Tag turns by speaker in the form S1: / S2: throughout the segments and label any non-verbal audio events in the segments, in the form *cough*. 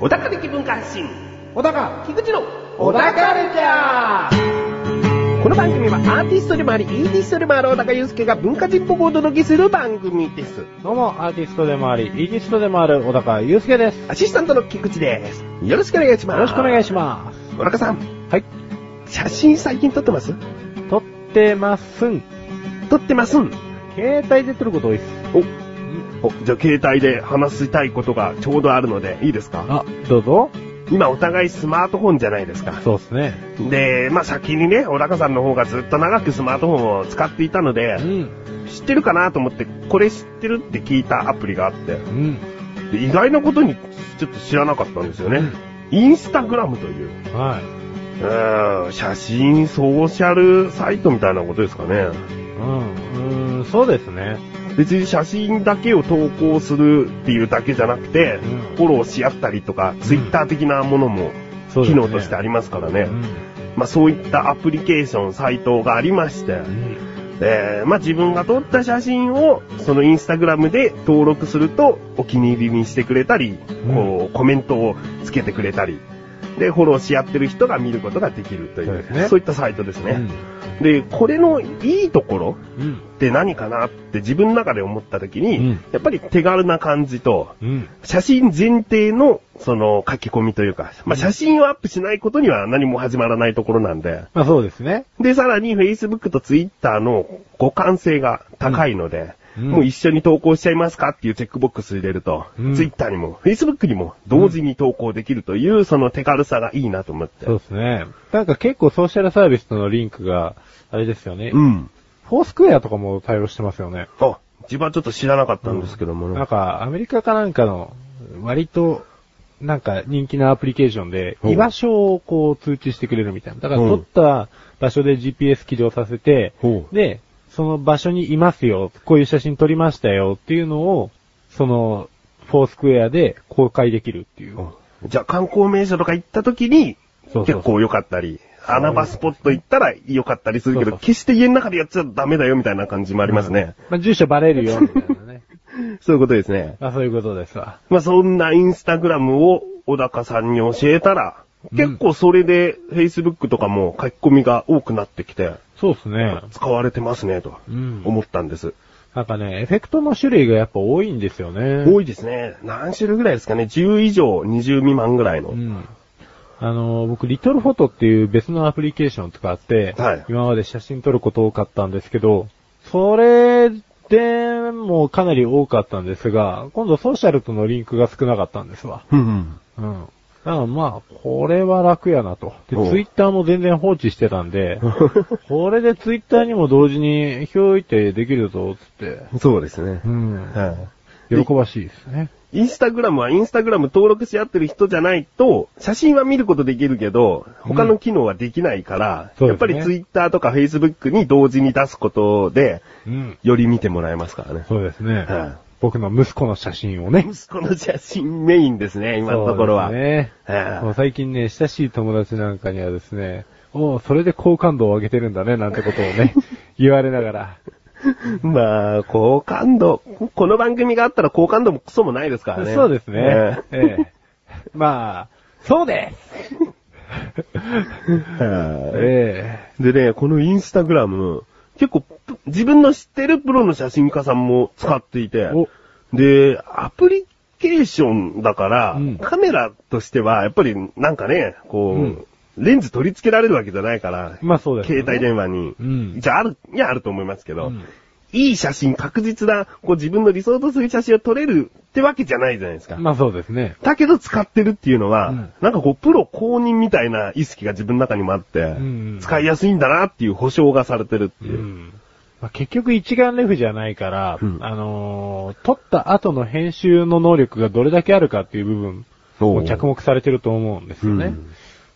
S1: 小高的文化発信
S2: 小高、
S1: 菊池の
S2: 小高ルチャー
S1: この番組はアーティストでもありイーティストでもある小高祐介が文化人っぽくお届けする番組です
S2: どうも、アーティストでもあり、イーティストでもある小高祐介です。よ
S1: アシスタントの菊池ですよろしくお願いします
S2: ろしくお願いし
S1: ま
S2: ます。
S1: す小高さん
S2: はい。
S1: 写真最近撮ってます
S2: 撮ってますん。
S1: 撮ってますん
S2: 携帯で撮ること多いっす。
S1: おお、じゃあ携帯で話したいことがちょうどあるので、いいですか
S2: あ、どうぞ。
S1: 今お互いスマートフォンじゃないですか。
S2: そうっすね。
S1: で、まあ先にね、小高さんの方がずっと長くスマートフォンを使っていたので
S2: う、ん。
S1: 知ってるかなと思って、これ知ってるって聞いたアプリがあって、
S2: うん。
S1: で意外なことにちょっと知らなかったんですよね。インスタグラムという、
S2: はい。
S1: うーん、写真ソーシャルサイトみたいなことですかね。
S2: うん。うん、そうですね。
S1: 別に写真だけを投稿するっていうだけじゃなくて、
S2: うん
S1: フォローし合ったりとか、ツイッター的なものも
S2: そうで
S1: 機
S2: すね
S1: 能としてありますからね。
S2: うん。
S1: まあそういったアプリケーション、サイトがありまして、
S2: うん。
S1: えーまあ自分が撮った写真をそのインスタグラムで登録するとお気に入りにしてくれたり、
S2: うん
S1: こうコメントをつけてくれたり、で、フォローし合ってる人が見ることができるとい
S2: そうで
S1: う、
S2: すね
S1: そういったサイトですね。で、これのいいところ、
S2: うん。
S1: って何かなって自分の中で思った時に、
S2: うん
S1: やっぱり手軽な感じと、
S2: うん。
S1: 写真前提の、その、書き込みというか、まあ、写真をアップしないことには何も始まらないところなんで、
S2: まあそうですね。
S1: で、さらに Facebook と Twitter の互換性が高いので、
S2: うん
S1: もう一緒に投稿しちゃいますかっていうチェックボックス入れると、
S2: うん
S1: Twitter にも Facebook にも同時に投稿できるという、その手軽さがいいなと思って。
S2: そうですね。なんか結構ソーシャルサービスとのリンクが、あれですよね。
S1: うん。
S2: フォースクエアとかも対応してますよね。
S1: あ、自分はちょっと知らなかったんですけどもね。
S2: なんか、アメリカかなんかの、割と、なんか人気なアプリケーションで、
S1: うん
S2: 居場所をこう通知してくれるみたいな。だから
S1: うん
S2: 撮った場所で GPS 起動させて、
S1: ほう
S2: で、その場所にいますよ、こういう写真撮りましたよっていうのを、その、フォースクエアで公開できるっていう。
S1: じゃあ観光名所とか行った時に
S2: そうそう、
S1: 結構良かったり、穴場スポット行ったら良かったりするけ
S2: そうそ
S1: ど、
S2: う
S1: 決して家の中でやっちゃダメだよみたいな感じもありますね。
S2: まあ、住所バレるよ、みたいなね。
S1: そういうことですね。
S2: まあ、そういうことですわ。
S1: まあそんなインスタグラムを小高さんに教えたら、結構それで Facebook とかも書き込みが多くなってきて、
S2: そうですね。
S1: 使われてますねと
S2: うん
S1: 思ったんです。
S2: なんかね、エフェクトの種類がやっぱ多いんですよね。
S1: 多いですね。何種類ぐらいですかね。10以上、20未満ぐらいの。
S2: うん。あの、僕、リトルフォトっていう別のアプリケーションとかあって、
S1: はい
S2: 今まで写真撮ること多かったんですけど、それでもかなり多かったんですが、今度ソーシャルとのリンクが少なかったんですわ。
S1: うんうん。
S2: うん。だからまあ、これは楽やなと。で、
S1: おう
S2: ツイッターも全然放置してたん
S1: *laughs*
S2: で、これでツイッターにも同時に、ひょいってできるぞ、つって。
S1: そうですね
S2: う。ん。
S1: はい。
S2: 喜ばしいですね。
S1: インスタグラムはインスタグラム登録し合ってる人じゃないと、写真は見ることできるけど、他の機能はできないから、
S2: そう
S1: や
S2: ですね
S1: っぱりツイッターとかフェイスブックに同時に出すことで、
S2: うん。
S1: より見てもらえますからね。
S2: そうですね。
S1: はい
S2: 僕の息子の写真をね。
S1: 息子の写真メインですね、今のところは。
S2: そうです
S1: え
S2: ね
S1: え。
S2: もう最近ね、親しい友達なんかにはですね、おうそれで好感度を上げてるんだね、なんてことを
S1: *laughs*
S2: ね、言われながら。
S1: まあ、好感度。この番組があったら好感度もクソもないですからね。
S2: そうですね。
S1: ええ
S2: ええまあ、そうです
S1: はい
S2: え
S1: でね、このインスタグラム、結構、プ自分の知ってるプロの写真家さんも使っていて
S2: お、
S1: で、アプリケーションだから、
S2: うん
S1: カメラとしては、やっぱりなんかね、こう、
S2: うん
S1: レンズ取り付けられるわけじゃないから
S2: え、まあそうです、ね。
S1: 携帯電話に、
S2: うん
S1: じゃあある、にはあると思いますけど、
S2: うん
S1: いい写真、確実な、こう自分の理想とする写真を撮れるってわけじゃないじゃないですか。
S2: まあそうですね。
S1: だけど使ってるっていうのは、
S2: うん
S1: なんかこう、プロ公認みたいな意識が自分の中にもあって、
S2: ん
S1: 使いやすいんだなっていう保証がされてるって
S2: う
S1: いう。
S2: ん。まあ、結局一眼レフじゃないから、
S1: うん
S2: あのー撮った後の編集の能力がどれだけあるかっていう部分、
S1: そう
S2: も着目されてると思うんですよね。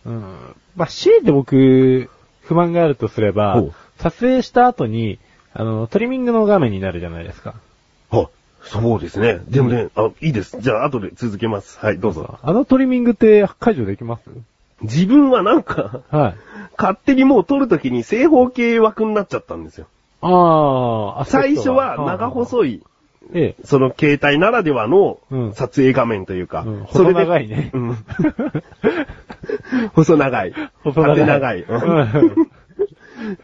S2: うんまあ、強いて僕、不満があるとすれば
S1: ほう、
S2: 撮影した後に、あの、トリミングの画面になるじゃないですか。
S1: あ、そうですね。でもね、あ、いいです。じゃあ、後で続けます。はい、どうぞ。
S2: あのトリミングって解除できます
S1: 自分はなんか、 *laughs*
S2: はい。
S1: 勝手にもう撮るときに正方形枠になっちゃったんですよ。
S2: ああ、
S1: 最初は長細い、
S2: い。ええ。
S1: その携帯ならではの
S2: うん
S1: 撮影画面というか、
S2: うん
S1: そ
S2: 細長いね
S1: うん、
S2: *laughs*
S1: 細長い。
S2: 細長い。
S1: 縦長い。
S2: *laughs* うん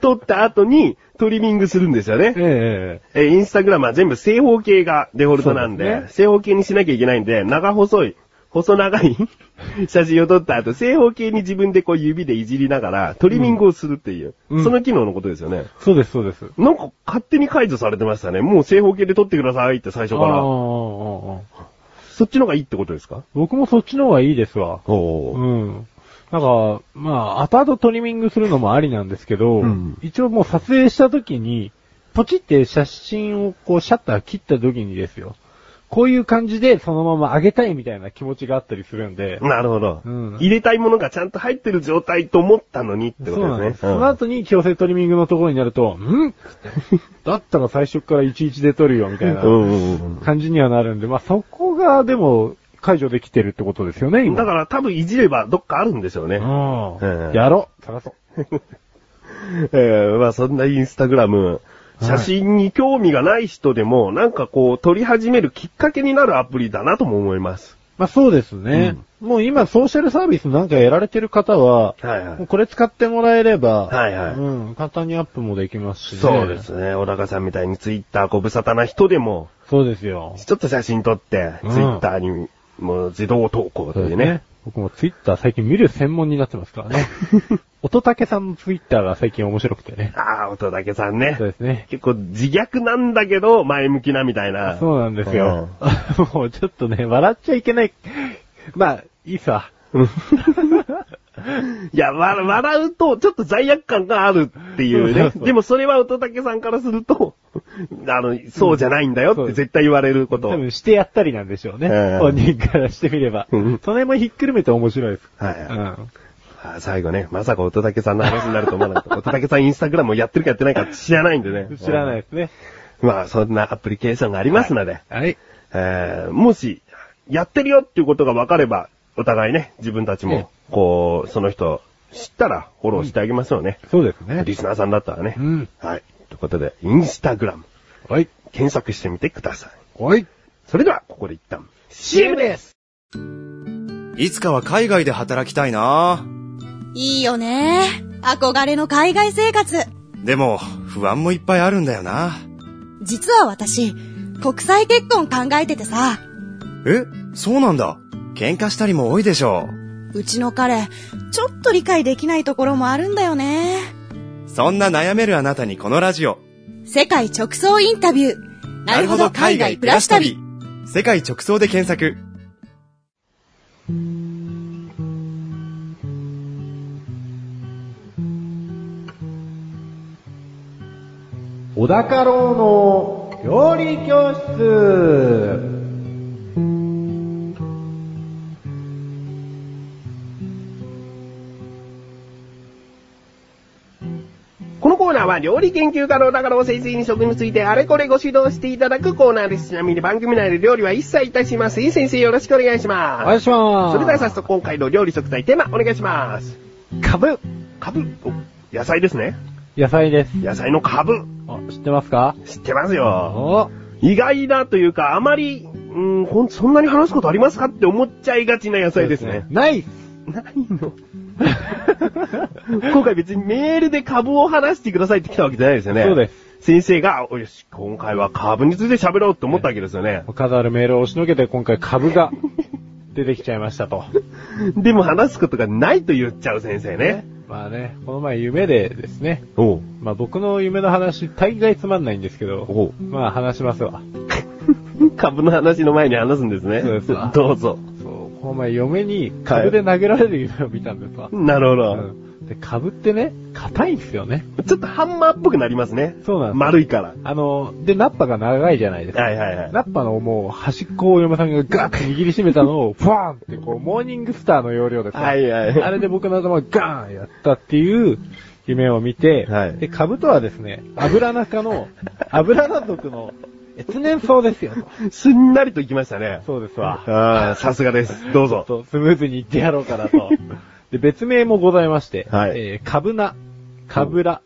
S1: 撮った後にトリミングするんですよね。
S2: えええ
S1: えーインスタグラムは全部正方形がデフォルトなんで、
S2: そうですね
S1: 正方形にしなきゃいけないんで、長細い、細長い *laughs* 写真を撮った後、正方形に自分でこう指でいじりながらトリミングをするっていう、
S2: うん
S1: その機能のことですよね。
S2: え。そうです、そうです。
S1: なんか勝手に解除されてましたね。もう正方形で撮ってくださいって最初
S2: あ
S1: から。
S2: あ
S1: そっちの方がいいってことですか
S2: 僕もそっちの方がいいですわ。
S1: お
S2: う
S1: ー
S2: ん。なんか、まあ、後々トリミングするのもありなんですけど、
S1: うん
S2: 一応もう撮影した時に、ポチって写真をこうシャッター切った時にですよ。こういう感じでそのまま上げたいみたいな気持ちがあったりするんで、
S1: なるほど、
S2: うん
S1: 入れたいものがちゃんと入ってる状態と思ったのにってこ
S2: そうな
S1: と
S2: ん
S1: で
S2: ですす。
S1: ね。
S2: その後に強制トリミングのところになると、んだったら最初から11で撮るよみたいな
S1: うんうんうんうん
S2: 感じにはなるんで、まあそこがでも解除できてるってことですよね、今。
S1: だから多分いじればどっかあるんでしょうね。
S2: うん
S1: うん
S2: やろう探そう。
S1: えーまあそんなインスタグラム、写真に興味がない人でも、なんかこう、撮り始めるきっかけになるアプリだなとも思います。
S2: まあそうですね。もう今ソーシャルサービスなんかやられてる方は、
S1: はいは
S2: もう。これ使ってもらえれば、
S1: はいはい
S2: うん、簡単にアップもできますし、ね、
S1: そうで。すね。小高さんみたいにツイッターご無沙汰な人でも、
S2: そうですよ。
S1: ちょっと写真撮って、ツイ
S2: うん
S1: ッターにもう自動投稿と
S2: そう
S1: い
S2: で
S1: う
S2: す
S1: ね
S2: ね。。僕もツイッター最近見る専門になってますからね。
S1: *laughs*
S2: 音竹さんのツイッターが最近面白くてね。
S1: ああ、音だけさんね
S2: そう。ですね。
S1: 結構自虐なんだけど、前向きなみたいな。
S2: そうなんですよ。もうちょっとね、笑っちゃいけない。まあ、いいっすわ。
S1: いや、わ笑うと、ちょっと罪悪感があるっていう
S2: *laughs* そうそ
S1: ね
S2: う。そう
S1: でもそれは乙武さんからすると、あの、そうじゃないんだよっ
S2: うんそう
S1: て
S2: です
S1: 絶対言われること。
S2: 多分してやったりなんでしょうね。
S1: うん
S2: 本人からしてみれば
S1: うん。
S2: それもひっくるめて面白いです。
S1: はい
S2: うん
S1: あ最後ね、まさか乙武さんの話になると思わなかった。乙
S2: *laughs*
S1: 武さんインスタグラムをやってるかやってないか知らないんでね。
S2: 知らないですね。
S1: うん。まあ、そんなアプリケーションがありますので、
S2: はい。
S1: えーもし、やってるよっていうことが分かれば、お互いね、自分たち
S2: ええ
S1: も、こう、その人知ったらフォローしてあげましょうね。
S2: そうですね
S1: リ。スナーさんだったらね。
S2: うん
S1: はい。ということで、インスタグラム。
S2: はい。
S1: 検索してみてください。
S2: はい。
S1: それでは、ここで一旦、CM です
S3: いつかは海外で働きたいない
S4: いよね。憧れの海外生活。
S3: でも、不安もいっぱいあるんだよな。
S4: 実は私、国際結婚考えててさ、
S3: えそうなんだ。喧嘩したりも多いでしょ
S4: うちの彼、ちょっと理解できないところもあるんだよね。
S3: う。そんな悩めるあなたにこのラジオ。
S4: 世界直送インタビュー。なるほど海外プラス旅。。
S3: 世界直送で検索。
S2: 小高郎の料理教室
S1: このコーナーは料理研究家の高野先生に食についてあれこれご指導していただくコーナーです。ちなみに番組内で料理は一切いたしません。先生よろしくお願いします。
S2: お願いします。
S1: それでは早速今回の料理食材テーマお願いします。
S2: カブ
S1: カブ、お野菜ですね。
S2: 野菜です。
S1: 野菜のカブ、
S2: あ知ってますか
S1: 知ってますよ。
S2: お
S1: 意外だというか、あまり、うんほん、そんなに話すことありますかって思っちゃいがちな野菜ですね。
S2: ナイス
S1: ないの *laughs* 今回別にメールで株を話してくださいって来たわけじゃないですよね。
S2: そうです。
S1: 先生が、およし、今回は株について喋ろうって思ったわけですよね。
S2: 数あるメールを押しのけて今回
S1: *laughs*
S2: 株が出てきちゃいましたと。
S1: でも話すことがないと言っちゃう先生ね。
S2: まあね、この前夢でですね、
S1: おう。
S2: まあ僕の夢の話大概つまんないんですけど、
S1: お
S2: まあ話しますわ。
S1: う。株の話の前に話すんですね。
S2: そうですわ
S1: どうぞ。
S2: そう、この前嫁に株で投げられる夢を見たんですわ。
S1: なるほど。
S2: うんで、株ってね、硬いんですよね。
S1: ちょっとハンマーっぽくなりますね。
S2: そうなんです。
S1: 丸いから。
S2: あの、で、ナッパが長いじゃないですか。
S1: はいはいはい。
S2: ナッパのもう端っこを嫁さんがガーッて握りしめた *laughs* のを、ファーンってこう、モーニングスターの要領ですね
S1: はいはい
S2: *laughs* あれで僕の頭がガーンやったっていう夢を見て、
S1: はい
S2: で、株とはですね、油中 *laughs* の、油中族の越年草ですよと。
S1: すんなりと行きましたね。
S2: そうですわ。
S1: ああ、さすがです。どうぞ。 *laughs*
S2: とスムーズにいってやろうかなと。で、別名もございまして、
S1: はい
S2: えー、かぶな、かぶら、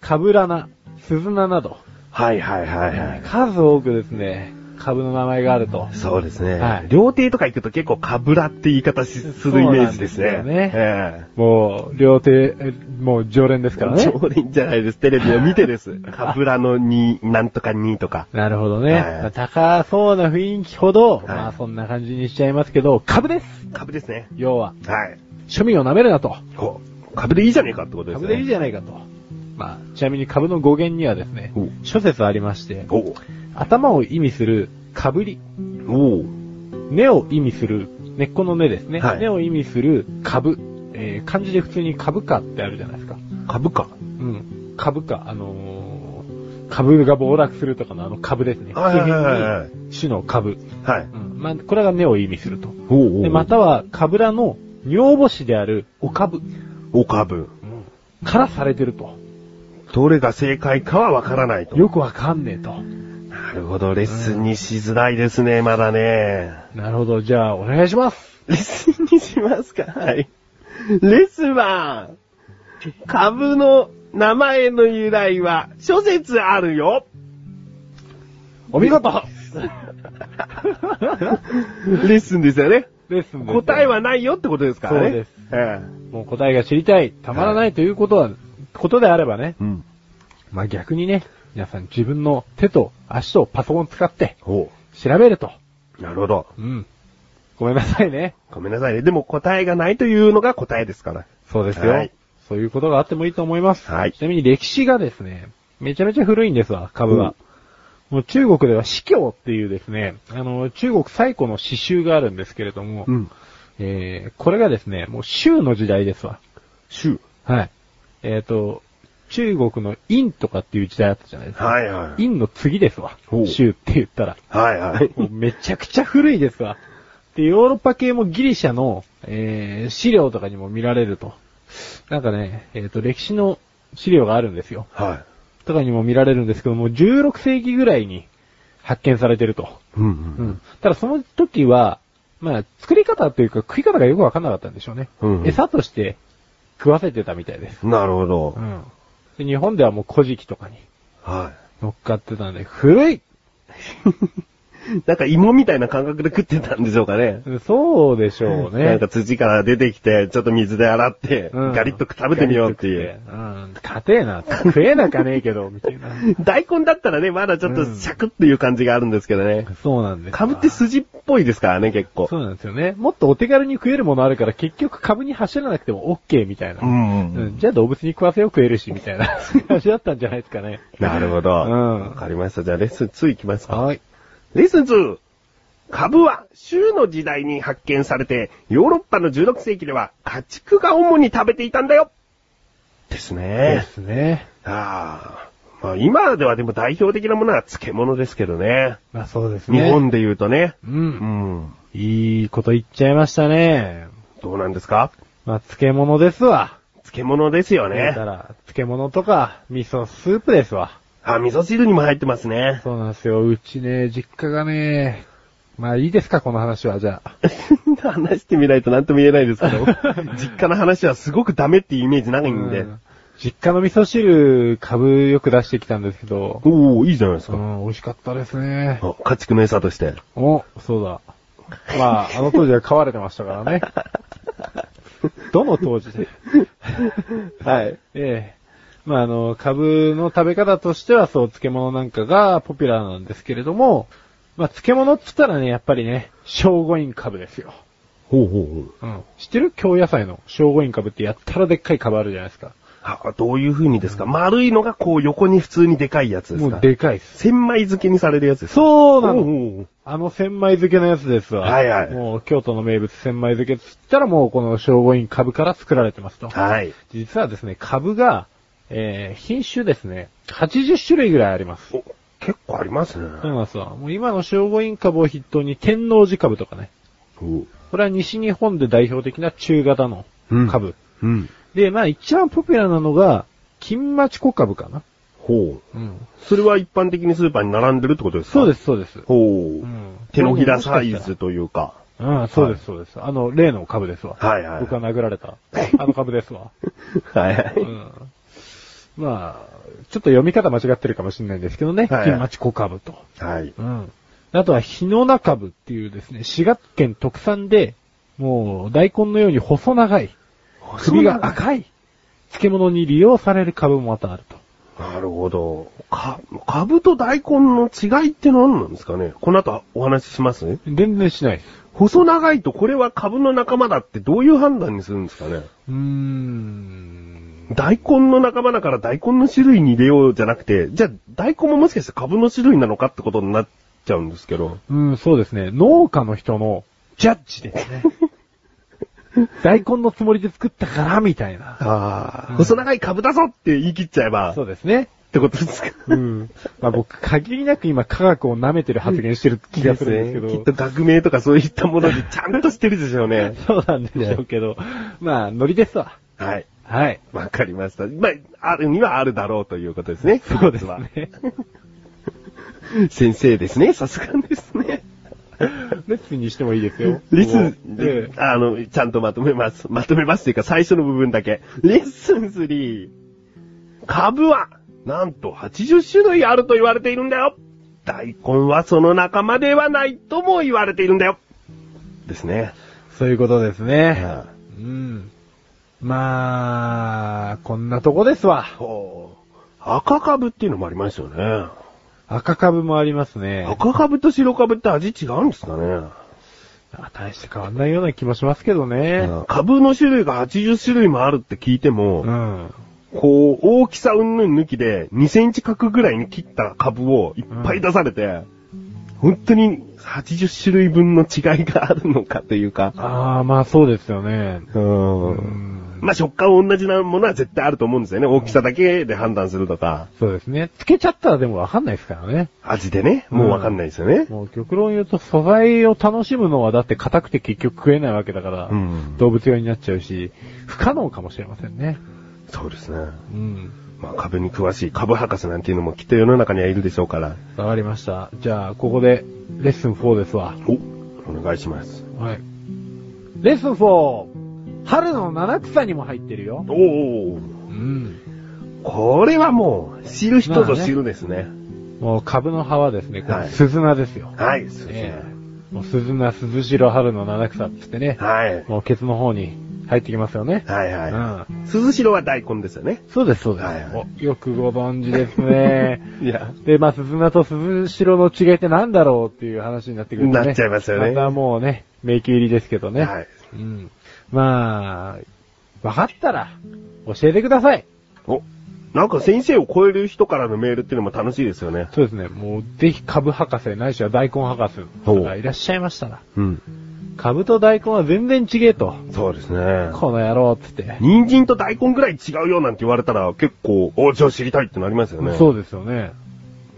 S2: かぶらな、すずななど、
S1: はいはいはいはい。
S2: 数多くですね、株の名前があると。
S1: そうですね。
S2: はい
S1: 料亭とか行くと結構かぶらって言い方しするイメージですね。
S2: そうなんですよね
S1: え
S2: もう、両手、えもう常連です
S1: え
S2: からね。
S1: 常連じゃないです。テレビを見てです。
S2: *laughs*
S1: かぶらの2、なんとか2とか。
S2: なるほどね。
S1: はい
S2: まあ高そうな雰囲気ほど、
S1: い
S2: まあそんな感じにしちゃいますけど、株です
S1: かぶですね。
S2: 要は、
S1: はい。
S2: 庶民を舐めるなと。
S1: こう、かぶでいいじゃねえかってことですね。
S2: 株でいいじゃないかと。まあ、ちなみに株の語源にはですね
S1: お、
S2: 諸説ありまして、
S1: おう
S2: 頭を意味する、かぶり、
S1: おう
S2: 根を意味する、根っこの根ですね。
S1: はい
S2: 根を意味する、株。えー漢字で普通に株価ってあるじゃないですか。
S1: 株価。
S2: うん。株価、あのー株が暴落するとかのあの株ですね。
S1: はいはいはいはい
S2: 普遍に種の株。
S1: はい。
S2: うん。まあ、これが根を意味すると。
S1: おうおう
S2: で、ま、たは、株らの女房子であるお株
S1: お株。
S2: からされてると。
S1: どれが正解かはわからないと。
S2: よくわかんねえと。
S1: なるほど、レッスンにしづらいですね、まだね。
S2: なるほど。じゃあ、お願いします。
S1: レッスンにしますかはい。レスは、株の名前の由来は諸説ある *laughs* よ。
S2: お見事
S1: レッスンですよね。
S2: ですんで
S1: 答えはないよってことですからね。
S2: そうです。
S1: え
S2: もう答えが知りたい、たまらないということは、ことであればね、
S1: え。うん。
S2: まあ逆にね、皆さん自分の手と足とパソコン使って
S1: ほ
S2: 調べると。
S1: う。なるほど。
S2: うん。ごめんなさいね。
S1: ごめんなさいね。でも答えがないというのが答えですから。
S2: そうですよ。
S1: はい
S2: そういうことがあってもいいと思います。
S1: はい
S2: ちなみに歴史がですね、めちゃめちゃ古いんですわ、株は。もう中国では司教っていうですね、あの、中国最古の詩集があるんですけれども、
S1: うん。
S2: えー、これがですね、もう州の時代ですわ。
S1: 州。
S2: はい。えっ、と、中国の陰とかっていう時代あったじゃないですか。
S1: はいはい。
S2: 陰の次ですわ
S1: ほう。
S2: 州って言ったら。
S1: はいはい。
S2: もうめちゃくちゃ古いですわ。で、ヨーロッパ系もギリシャの、えー、資料とかにも見られると。なんかね、えっ、と、歴史の資料があるんですよ。
S1: はい。
S2: とかにも見られるんですけども、16世紀ぐらいに発見されてると。
S1: うん
S2: う。ん。ただその時は、まあ、作り方というか食い方がよくわかんなかったんでしょうね。
S1: うん
S2: 餌として食わせてたみたいです。
S1: なるほど。
S2: ん。で、日本ではもう古事記とかに
S1: は
S2: 乗っかってたんで、古い
S1: い。なんか芋みたいな感覚で食ってたんでしょうかね。
S2: そうでしょうね。
S1: なんか土から出てきて、ちょっと水で洗って、
S2: うん
S1: ガリッと食べてみようっていう。。
S2: ガリッと食ってうん。硬えな。食えなかねえけど、みたいな。
S1: 大根だったらね、まだちょっとシャクっていう感じがあるんですけどね。
S2: *laughs* そうなんです。
S1: 株って筋っぽいですからね、結構。
S2: そうなんですよね。もっとお手軽に食えるものあるから、結局株に走らなくても OK みたいな。
S1: ん
S2: うんじゃあ動物に食わせよう食えるし、みたい *laughs* な話だったんじゃないですかね。
S1: なるほど。
S2: う
S1: わ、
S2: ん
S1: かりました。じゃあレッスン2いきますか。
S2: はい。
S1: レッスン 2! 株は州の時代に発見されて、ヨーロッパの16世紀では家畜が主に食べていたんだよです
S2: で
S1: ね。
S2: すね。
S1: ああ。まあ今ではでも代表的なものは漬物ですけどね。
S2: まあそうです
S1: 日
S2: ね。
S1: 本で言うとね。
S2: う。
S1: うんん。
S2: いいこと言っちゃいましたね。
S1: どうなんですか
S2: まあ漬物ですわ。
S1: 漬物ですよ
S2: だ
S1: ね
S2: か。ら、漬物とか、味噌スープですわ。
S1: あ、味噌汁にも入ってますね。
S2: そうなんですよ。うちね、実家がね、まあいいですか、この話は、じゃあ。
S1: *laughs* 話してみないと何とも言えないですけ *laughs* ど、実家の話はすごくダメっていうイメージないんで。
S2: 実家の味噌汁、株よく出してきたんですけど、
S1: おおいいじゃないです
S2: う。ん、美味しかったですね。
S1: あ家畜の餌として。
S2: お、そうだ。まあ、あの当時は飼われてましたから
S1: *laughs*
S2: ね。どの当時で。
S1: はい。
S2: ええ。まああの、株の食べ方としては、そう、漬物なんかがポピュラーなんですけれども、まあ漬物っつったらね、やっぱりね、聖護院株ですよ。
S1: ほうほうほう。
S2: うん。知ってる京野菜の聖護院株ってやったらでっかい株あるじゃないですか。
S1: あ、どういう風にですか丸いのがこう横に普通にでかいやつです
S2: もう
S1: か
S2: でかいっす。
S1: 千枚漬けにされるやつですか
S2: そうな
S1: お
S2: の。
S1: うおう
S2: あの千枚漬けのやつですわ。
S1: はいはい
S2: もう京都の名物千枚漬けっつったらもうこの聖護院株から作られてますと。
S1: はい。
S2: 実はですね、株が、えー、品種ですね、80種類ぐらいあります。
S1: お結構ありますね。
S2: そうなんですわもう今の聖護院株を筆頭に天王寺株とかね。
S1: うん。
S2: これは西日本で代表的な中型の株。
S1: うん。
S2: で、まあ一番ポピュラーなのが、金町小株かな。
S1: ほう。
S2: うん。
S1: それは一般的にスーパーに並んでるってことですか。
S2: そうですす、そうです。
S1: ほう。
S2: うん
S1: 手のひらサイズというか。
S2: うん、そうです、そうです。あの、例の株ですわ。
S5: はいはい
S2: 僕が殴られた。あの株ですわ。
S5: はいは
S2: う
S5: い。
S2: ん。まあ、ちょっと読み方間違ってるかもしれないんですけどね。
S5: はい
S2: 金町小株と。
S5: はい。
S2: うん。あとは、日野中株っていうですね、滋賀県特産で、もう、大根のように細長い、首が赤い、漬物に利用される株もまたあると。
S5: なるほど。か、株と大根の違いって何なんですかねこの後お話しします
S2: 全然しないです。
S5: 細長いとこれは株の仲間だってどういう判断にするんですかね
S2: うーん。
S5: 大根の仲間だから大根の種類に入れようじゃなくて、じゃあ大根ももしかして株の種類なのかってことになっちゃうんですけど。
S2: うん、そうですね。農家の人のジャッジです *laughs* ね。大根のつもりで作ったから、みたいな。
S5: ああ、細長い株だぞって言い切っちゃえば、
S2: そ
S5: っ
S2: うですね。
S5: てことですか
S2: うん。まあ僕、限りなく今科学を舐めてる発言してる気がするんですけ
S5: *laughs* きっ
S2: ど。
S5: と学名とかそういったものにちゃんとしてるでしょうね。
S2: そうなんでしょうけど。まあ、ノリですわ。
S5: はい。
S2: はい。
S5: わかりました。まあ、あるにはあるだろうということですね。
S2: そうです
S5: は
S2: ね。
S5: 先生ですね。さすがですね。
S2: レッスンにしてもいいです *laughs* よ。
S5: レッスン、
S2: ええ
S5: あの、ちゃんとまとめます。 *laughs* まとめますというか、最初の部分だけ。レッスン3。株は、なんと80種類あると言われているんだよ。大根はその仲間ではないとも言われているんだよ。ですね。
S2: そういうことです
S5: は
S2: ね
S5: い。
S2: うん。まあ、こんなとこですわ。
S5: ほう。赤株っていうのもありますよね。
S2: 赤株もありますね。
S5: 赤株と白株って味違うんですかね。
S2: あ大して変わんないような気もしますけどね。
S5: 株の種類が80種類もあるって聞いても、
S2: うん。
S5: こう、大きさ云々抜きで、2センチ角ぐらいに切った株をいっぱい出されて、本当に80種類分の違いがあるのかというか、
S2: ああ、まあそうですよね。
S5: うん
S2: うん。
S5: まあ食感同じなものは絶対あると思うんですよね。大きさだけで判断するとか、
S2: そうですね。つけちゃったらでもわかんないですからね。
S5: 味でね、もうわかんないですよね。
S2: もう極論言うと素材を楽しむのはだって硬くて結局食えないわけだから、
S5: うん
S2: 動物用になっちゃうし、不可能かもしれませんね。
S5: そうですね。
S2: うん。
S5: まあ株に詳しい株博士なんていうのもきっと世の中にはいるでしょうから、
S2: わかりました。じゃあ、ここで、レッスン4ですわ。
S5: お、お願いします。
S2: はい。レッスン 4! 春の七草にも入ってるよ。
S5: おお
S2: うん。
S5: これはもう、知る人ぞ知るですね。
S2: もう株の葉はですね、こ
S5: は
S2: れ、
S5: い
S2: 鈴菜ですよ。
S5: はい、そうですね
S2: ええ。もう鈴菜、鈴代、春の七草っつってね、
S5: はい。
S2: もうケツの方に入ってきますよね。
S5: はいうは
S2: ん。
S5: い。鈴代は大根ですよね。
S2: そうです、そうです、
S5: はいはい
S2: およくご存知です *laughs* ね。
S5: いや。
S2: で、まあ、鈴名と鈴代の違いってなんだろうっていう話になってくるとね。
S5: なっちゃいますよね
S2: またもうね、迷宮入りですけどね。
S5: はい。
S2: うん。まあ、わかったら、教えてください。
S5: お、なんか先生を超える人からのメールっていうのも楽しいですよね。
S2: そうですね。もう、ぜひ株博士、ないしは大根博士とかいらっしゃいましたら、
S5: うん。
S2: 株と大根は全然違えと。
S5: そうですね
S2: この野郎っつって。
S5: 人参と大根ぐらい違うよなんて言われたら結構、お、じゃあ知りたいってなりますよね。。
S2: そううですよね。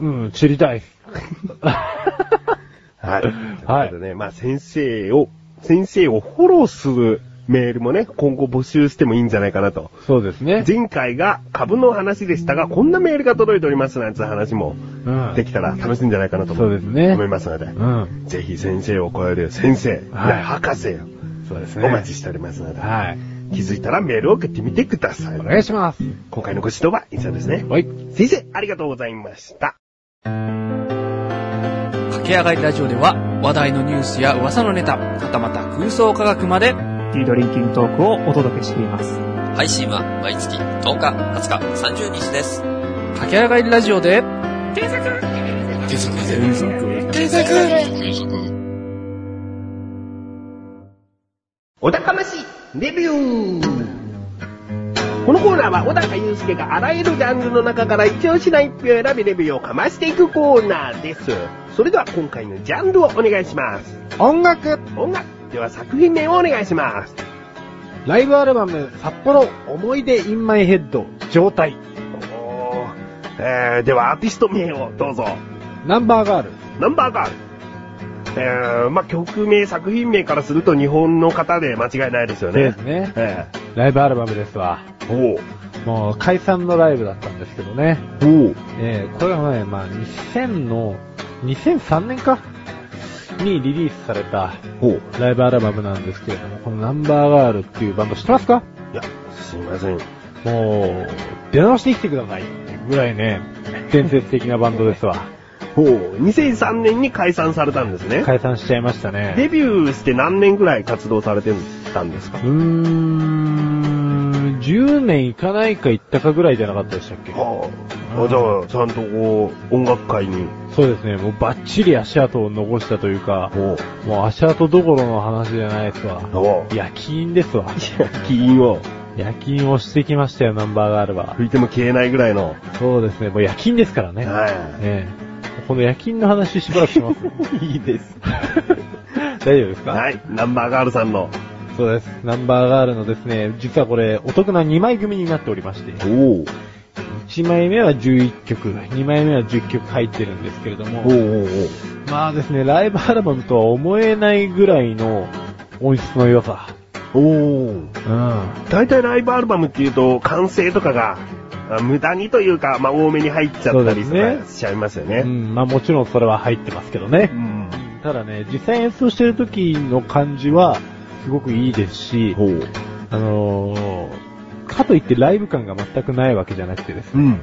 S2: うん、知り
S5: *laughs*
S2: たい。 *laughs*
S5: はい。はい。ということでね、まあ先生を、先生をフォローするメールもね、今後募集してもいいんじゃないかなと。
S2: そうですね。
S5: 前回が株の話でしたが、こんなメールが届いておりますなんて話も
S2: うん
S5: できたら楽しいんじゃないかなと思
S2: そうですね
S5: 思いますので、
S2: うん。
S5: ぜひ先生を超える先生、
S2: はい
S5: 博士を
S2: そうです
S5: お
S2: ね。
S5: 待ちしておりますので、
S2: はい。
S5: 気づいたらメールを送ってみてください
S2: お。願いします。
S5: 今回のご指導は以上ですね。
S2: はい。
S5: 先生、ありがとうございました。
S3: 駆け上がりラジオでは話題のニュースや噂のネタ、はたまた空想科学まで
S6: ティードリンキングトークをお届けしています。
S7: 配信は毎月10日、20日、30日です。
S3: 駆け上がりラジオで
S5: お高ましレビューこのコーナーは小高祐介があらゆるジャンルの中から一押しな一票を選びレビューをかましていくコーナーです。それでは今回のジャンルをお願いします。
S2: 音楽
S5: 音楽では作品名をお願いします。
S2: ライブアルバム、札幌、思い出 in my head、状態。
S5: おーえー、ではアーティスト名をどうぞ。
S2: ナンバーガール。
S5: ナンバーガール。えー、まあ、曲名、作品名からすると日本の方で間違いないですよね。
S2: ね。
S5: え
S2: ライブアルバムですわ。
S5: えおう
S2: もう、解散のライブだったんですけどね。
S5: おう
S2: えー、これはね、まあ、2000の、2003年かにリリースされた
S5: ほう。
S2: ライブアルバムなんですけれども、このナンバーガールっていうバンド知ってますか
S5: いや、すいません。
S2: もう、出直してきてくださいっていうぐらいね、伝説的なバンドですわ。
S5: ほう。2003年に解散されたんですね。
S2: 解散しちゃいましたね。
S5: デビューして何年くらい活動されてたんですか
S2: うーん、10年いかないかいったかぐらいじゃなかったでしたっけ
S5: はあ。あじゃあ、ちゃんとこう、音楽界に。
S2: そうですね、もうバッチリ足跡を残したというか、
S5: ほう。
S2: もう足跡どころの話じゃないですわ。
S5: *laughs* ほう。
S2: 夜勤ですわ。
S5: キーンを
S2: 夜勤をしてきましたよ、ナンバーガールは。
S5: 吹いても消えないぐらいの。
S2: そうですね、もう夜勤ですからね。
S5: は
S2: ええこの夜勤の話しばらくし
S5: *laughs*
S2: ます。
S5: *laughs* い。いいです。
S2: 大丈夫ですか
S5: はい。ナンバーガールさんの。
S2: そうです。ナンバーガールのですね、実はこれ、お得な2枚組になっておりまして、
S5: おう。
S2: 1枚目は11曲、2枚目は10曲入ってるんですけれど
S5: おう
S2: も、
S5: おうおう。
S2: まあですね、ライブアルバムとは思えないぐらいの音質の良さ。
S5: おう。
S2: うん。
S5: 大体ライブアルバムっていうと、完成とかが、あ無駄にというか、まあ、多めに入っちゃったりと
S2: そうです
S5: か
S2: ね
S5: しちゃいますよ
S2: う
S5: ね。
S2: ん、まあもちろんそれは入ってますけどね
S5: う。ん。
S2: ただね、実際演奏してる時の感じは、すごくいいですし、
S5: ほう。
S2: あのー、かといってライブ感が全くないわけじゃなくてです
S5: う
S2: ね、
S5: ん。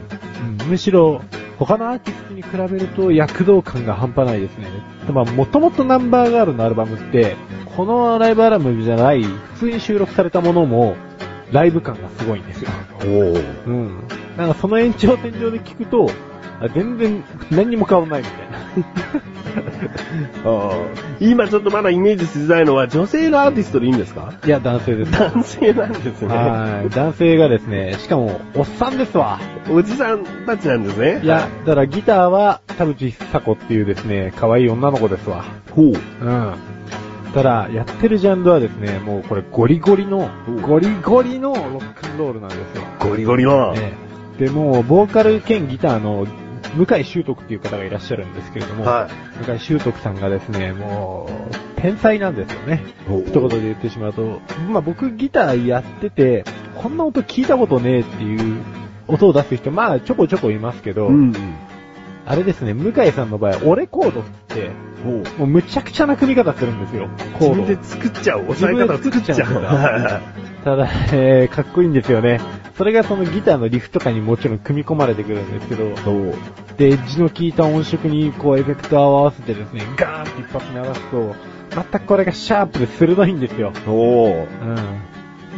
S2: むしろ、他のアーティストに比べると躍動感が半端ないですね。まあ、もともとナンバーガールのアルバムって、このライブアルバムじゃない、普通に収録されたものも、ライブ感がすごいんですよ。
S5: おう。
S2: うん。なんかその延長線上で聞くと、あ全然何にも変わらないみたいな。
S5: あー今ちょっとまだイメージしづらいのは、女性のアーティストでいいんですか
S2: *laughs* いや、男性です。
S5: 男性なんですね。
S2: はい。男性がですね、しかも、おっさんですわ。
S5: おじさんたちなんですね。
S2: いや、だからギターは、田淵久子っていうですね、可愛い女の子ですわ。
S5: ほう。
S2: うん。ただ、やってるジャンルはですね、もうこれゴリゴリの
S5: おう、
S2: ゴリゴリのロックンロールなんですよ。
S5: ゴリゴリの。
S2: ええで、もう、ボーカル兼ギターの、向井修徳っていう方がいらっしゃるんですけれども、
S5: は
S2: 向井修徳さんがですね、もう、天才なんですよね。
S5: い。ほう
S2: 一言で言ってしまうと、まあ僕ギターやってて、こんな音聞いたことねえっていう音を出す人、まあちょこちょこいますけど、
S5: うん。
S2: あれですね、向井さんの場合、オレコードって、
S5: ほう。
S2: もうむちゃくちゃな組み方するんですよ、コー
S5: 自
S2: ド
S5: 分
S2: を。
S5: で作っちゃう。押さえ方を作っち
S2: 自分で作
S5: ゃ
S2: ただ、えー、かっこいいんですよね。それがそのギターのリフとかにもちろん組み込まれてくるんですけど
S5: う。、 *laughs* ほう。
S2: で、エッジの効いた音色にこうエフェクターを合わせてですね、ガーンって一発鳴らすと、全くこれがシャープで鋭いんですよ。
S5: ほ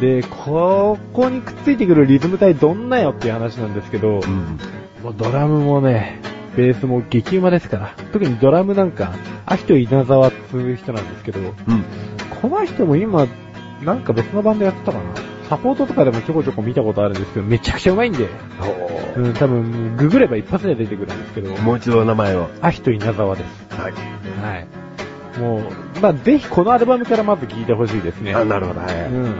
S2: うん。で、ここにくっついてくるリズム体どんなよっていう話なんですけど
S5: う。、ん。
S2: もうドラムもね、ベースも激うまですから、特にドラムなんか、秋と稲沢っていう人なんですけど、
S5: うん。
S2: この人も今、なんか別のバンドやってたかなサポートとかでもちょこちょこ見たことあるんですけど、めちゃくちゃうまいんで、
S5: ほ
S2: うん、多分、ググれば一発で出てくるんですけど
S5: う。、もう一度お名前を。
S2: 秋と稲沢です。
S5: はい。
S2: はい。もう、まあ、ぜひこのアルバムからまず聴いてほしいですね。
S5: あ、なるほど。は
S2: う
S5: い。
S2: ん。ま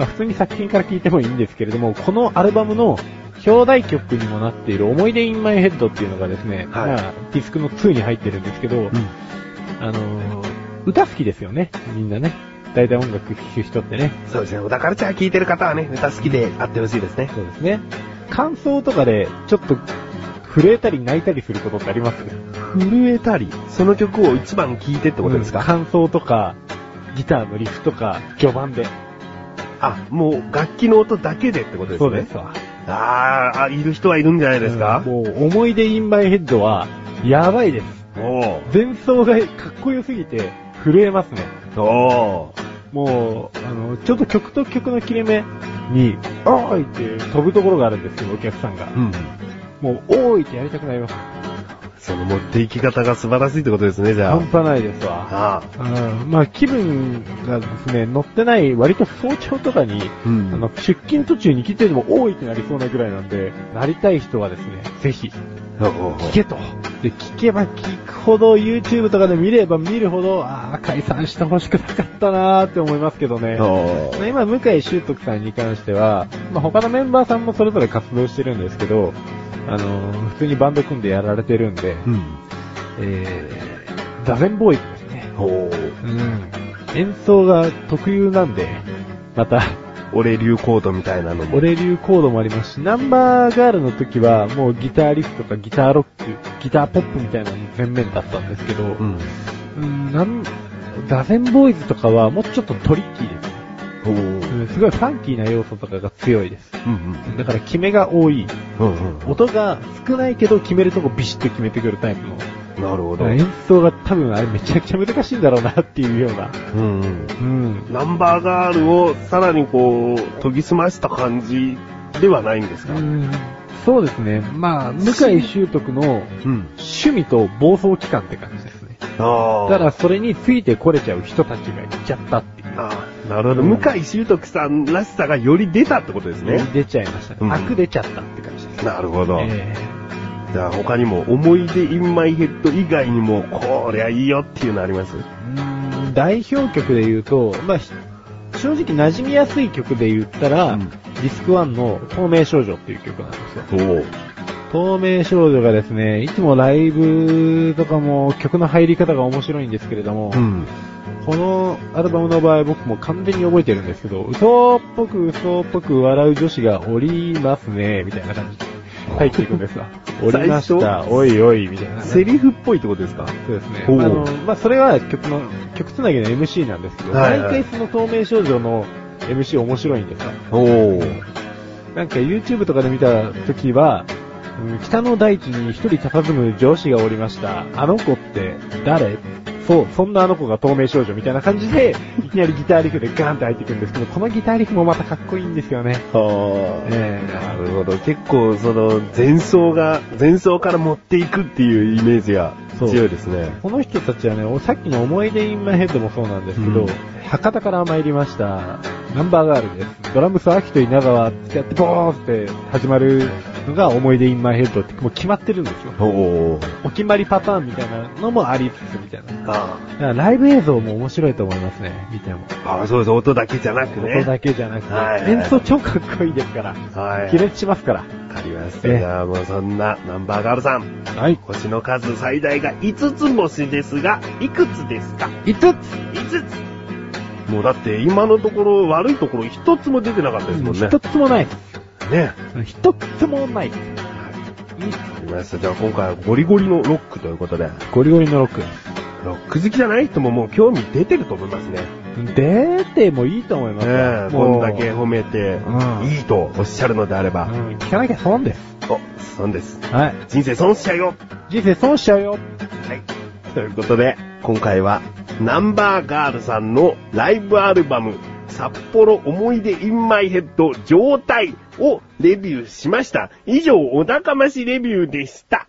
S2: あ、普通に作品から聞いてもいいんですけれども、このアルバムの表題曲にもなっている思い出 in my head っていうのがですね、
S5: はい
S2: まあ、ディスクの2に入ってるんですけど、あのー、歌好きですよね、みんなね。大体音楽聴く人ってね。
S5: そうですね。小田カルチャー聞いてる方はね、歌好きであってほしいですね。
S2: そうですね。感想とかで、ちょっと、震えたり泣いたりすることってあります
S5: 震えたり、その曲を一番聴いてってことです
S2: うん
S5: か、
S2: 感想とか、ギターのリフとか、序盤で。
S5: あ、もう楽器の音だけでってことですね。
S2: わ。
S5: あーあ、いる人はいるんじゃないですか
S2: うん、もう、思い出インバイヘッドは、やばいです。
S5: お
S2: 前奏がかっこよすぎて、震えますね。
S5: ーおー
S2: もう、あの、ちょっと曲と曲の切れ目に、おーいって飛ぶところがあるんですけど、お客さんが。
S5: うん。
S2: もう、おーいってやりたくなります。
S5: その持っていき方が素晴らしいってことですね、じゃ
S2: 半端ないですわ。
S5: あ。あ
S2: うん、まあ気分がですね、乗ってない、割と早朝とかに、
S5: う
S2: あ
S5: ん
S2: の、出勤途中に聞いてても、おーいってなりそうなぐらいなんで、なりたい人はですね、ぜひ、聞けと。で、聞けば聞くほど、YouTube とかで見れば見るほど、ああ、解散してほしくなかったなーって思いますけどね。
S5: おー
S2: 今、向井修徳さんに関しては、まあ、他のメンバーさんもそれぞれ活動してるんですけど、あのー普通にバンド組んでやられてるんで、
S5: うん。
S2: えー、座禅ボーイズですね。
S5: おー
S2: うん。演奏が特有なんで、また、
S5: 俺流コードみたいなのも。
S2: 俺流コードもありますし、ナンバーガールの時はもうギターリフとかギターロック、ギターポップみたいなの全面だったんですけど、
S5: うん。
S2: うんなん、座禅ボーイズとかはもうちょっとトリッキーです。
S5: おー
S2: うんすごいファンキーな要素とかが強いです。
S5: うん
S2: だから決めが多い。
S5: うん。うんう
S2: 音が少ないけど決めるとこビシッと決めてくるタイプの。
S5: ん。なるほど。
S2: 演奏が多分あれめちゃくちゃ難しいんだろうなっていうような。
S5: うん
S2: う
S5: うん。
S2: ん。
S5: ナンバーガールをさらにこう、研ぎ澄ました感じではないんですか
S2: そうですね。まあ、向井修徳の
S5: うん。
S2: 趣味と暴走期間って感じですね。
S5: ああ。
S2: ただそれについてこれちゃう人たちがいちゃったっていう。
S5: ああ、なるほど。向井修徳さんらしさがより出たってことですね。
S2: 出ちゃいましたね。
S5: うん
S2: 悪出ちゃったって感じです。
S5: なるほど。
S2: ええ
S5: じゃあ他にも、思い出インマイヘッド以外にも、こりゃいいよっていうのあります
S2: うん代表曲で言うと、まあ、ひ正直馴染みやすい曲で言ったら、
S5: うん
S2: ディスク1の透明少女っていう曲なんですよ。
S5: おお。
S2: 透明少女がですね、いつもライブとかも曲の入り方が面白いんですけれども、
S5: うん。
S2: このアルバムの場合僕も完全に覚えてるんですけど、嘘っぽく嘘っぽく笑う女子がおりますね、みたいな感じで入っていくん
S5: *laughs*
S2: ですわ。おりまし
S5: 最
S2: た、おいおい、みたいなね、
S5: セリフっぽいってことですか
S2: そうですね。あ
S5: ほう
S2: の、まあ、それは曲の、曲つなぎの MC なんですけど、
S5: はい
S2: 毎
S5: は
S2: 回
S5: い
S2: その透明少女の MC 面白いんですよ。
S5: おお。
S2: なんか YouTube とかで見た時は、うん北の大地に一人佇む上司がおりました。あの子って誰そう、そんなあの子が透明少女みたいな感じで、いきなりギターリフでガーンって入ってくるんですけど、このギターリフもまたかっこいいんですよね。
S5: ああ。
S2: え
S5: なるほど。結構、その、前奏が、前奏から持っていくっていうイメージが強いですね。
S2: この人たちはね、おさっきの思い出インマイヘッドもそうなんですけど、
S5: うん
S2: 博多から参りました、ナンバーガールです。ドラムスは秋と稲川ってやって、ボーンって始まるのが思い出インマイヘッドってもう決まってるんですよ。
S5: おお。
S2: お決まりパターンみたいなのもありつつみたいな。だ
S5: あ
S2: からライブ映像も面白いと思いますね、見ても。
S5: あ。ああ、そうです。音だけじゃなくね。
S2: 音だけじゃなくて、
S5: はいはい
S2: 演奏超かっこいいですから、
S5: はい。
S2: 気絶しますから。
S5: わかりまし
S2: え
S5: た。
S2: え
S5: じゃあもうそんなナンバーガールさん、
S2: はい。
S5: 星の数最大が5つ星ですが、いくつですか
S2: 5
S5: ?5 つもうだって今のところ悪いところ1つも出てなかったですもん
S2: つ
S5: ね。
S2: 一つもない。
S5: ね。
S2: 一つもない。
S5: わかりました。じゃあ今回はゴリゴリのロックということで、
S2: ゴリゴリのロック。
S5: ロック好きじゃない人ももう興味出てると思いますね。ね
S2: 出てもいいと思います
S5: え
S2: よ。、
S5: こ
S2: も
S5: ん
S2: う
S5: だけ。褒めて
S2: うん、
S5: いいとおっしゃるのであれ
S2: う
S5: ば、
S2: ん、聞かなきゃ損です。
S5: お、損です。
S2: はい。
S5: 人生損しちゃうよ
S2: 人生損しちゃうよ。
S5: はい。ということで、今回は、ナンバーガールさんのライブアルバム、札幌思い出インマイヘッド状態をレビューしました。以上、お高ましレビューでした。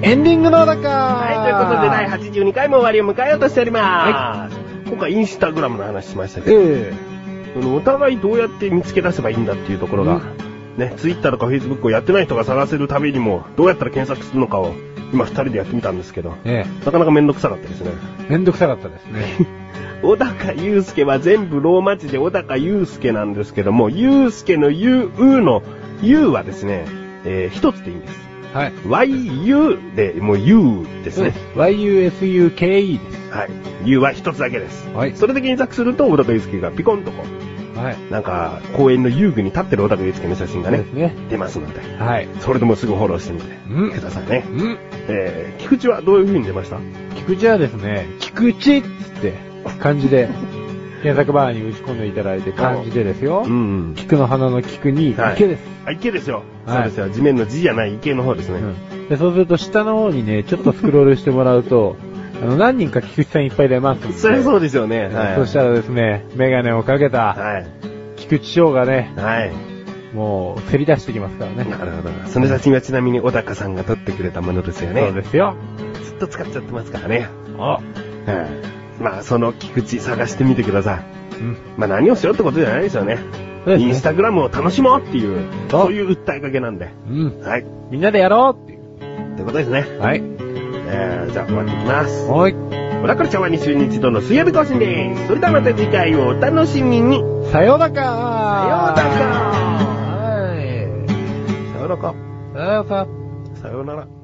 S2: エンディングのだか
S5: はい、ということで、第82回も終わりを迎えようとしております。今回、インスタグラムの話しましたけど、
S2: え
S5: そのお互いどうやって見つけ出せばいいんだっていうところが、ね、ツイッターとかフェイスブックをやってない人が探せるためにも、どうやったら検索するのかを、今二人でやってみたんですけど、
S2: え。え
S5: なかなかめんどくさかったですね。
S2: え。めんどくさかったです *laughs* ね。
S5: 小高祐介は全部ローマ字で小高祐介なんですけども、祐介の U、うの U はですね、えー一つでいいんです。
S2: はい。
S5: YU で、もう U ですね。
S2: YUSUKE です。
S5: はい。U は一つだけです。
S2: はい
S5: それで検索すると、小高祐介がピコンとこう、
S2: はい。
S5: なんか、公園の遊具に立ってる小高祐介の写真が
S2: そう
S5: ね
S2: です、ね。
S5: 出ますので、
S2: はい。
S5: それでもすぐフォローしてみて
S2: うん
S5: くださいね。
S2: うん。
S5: えー、菊池はどういう風に出ました
S2: 菊池はですね、菊池っつって、漢字で、検索バーに打ち込んでいただいて、漢字でですよ。
S5: ん。
S2: 菊の花の菊に、
S5: はい
S2: 池です。
S5: あ、池ですよ。
S2: はい
S5: そうですよ。地面の字じゃない池の方ですね。
S2: で、そうすると下の方にね、ちょっとスクロールしてもらうと、あの、何人か菊池さんいっぱい出ますんで。
S5: そりゃそうですよね。はい。
S2: そしたらですね、メガネをかけた
S5: はい。
S2: 菊池翔がね、
S5: はい。
S2: もう、せり出してきますからね。
S5: なるほど。その写真はちなみに小高さんが撮ってくれたものですよね。
S2: そうですよ。
S5: ずっと使っちゃってますからね。
S2: あ、
S5: はい。まあ、その菊池探してみてください。
S2: うん。
S5: まあ、何をしようってことじゃないですよね。
S2: そうですね
S5: インスタグラムを楽しもうっていう、
S2: そう
S5: そういう訴えかけなんで。
S2: うん。
S5: はい。っ
S2: みんなでやろうっていう。
S5: てことですね。
S2: はい。
S5: えー、じゃあ終わっていきます。
S2: はい。
S5: 小高ちゃんは2週に一度の水曜日更新です。それではまた次回をお楽しみに。
S2: さようなら
S5: さようなら
S2: はい。
S5: さようならか。
S2: さようなら
S5: さようなら。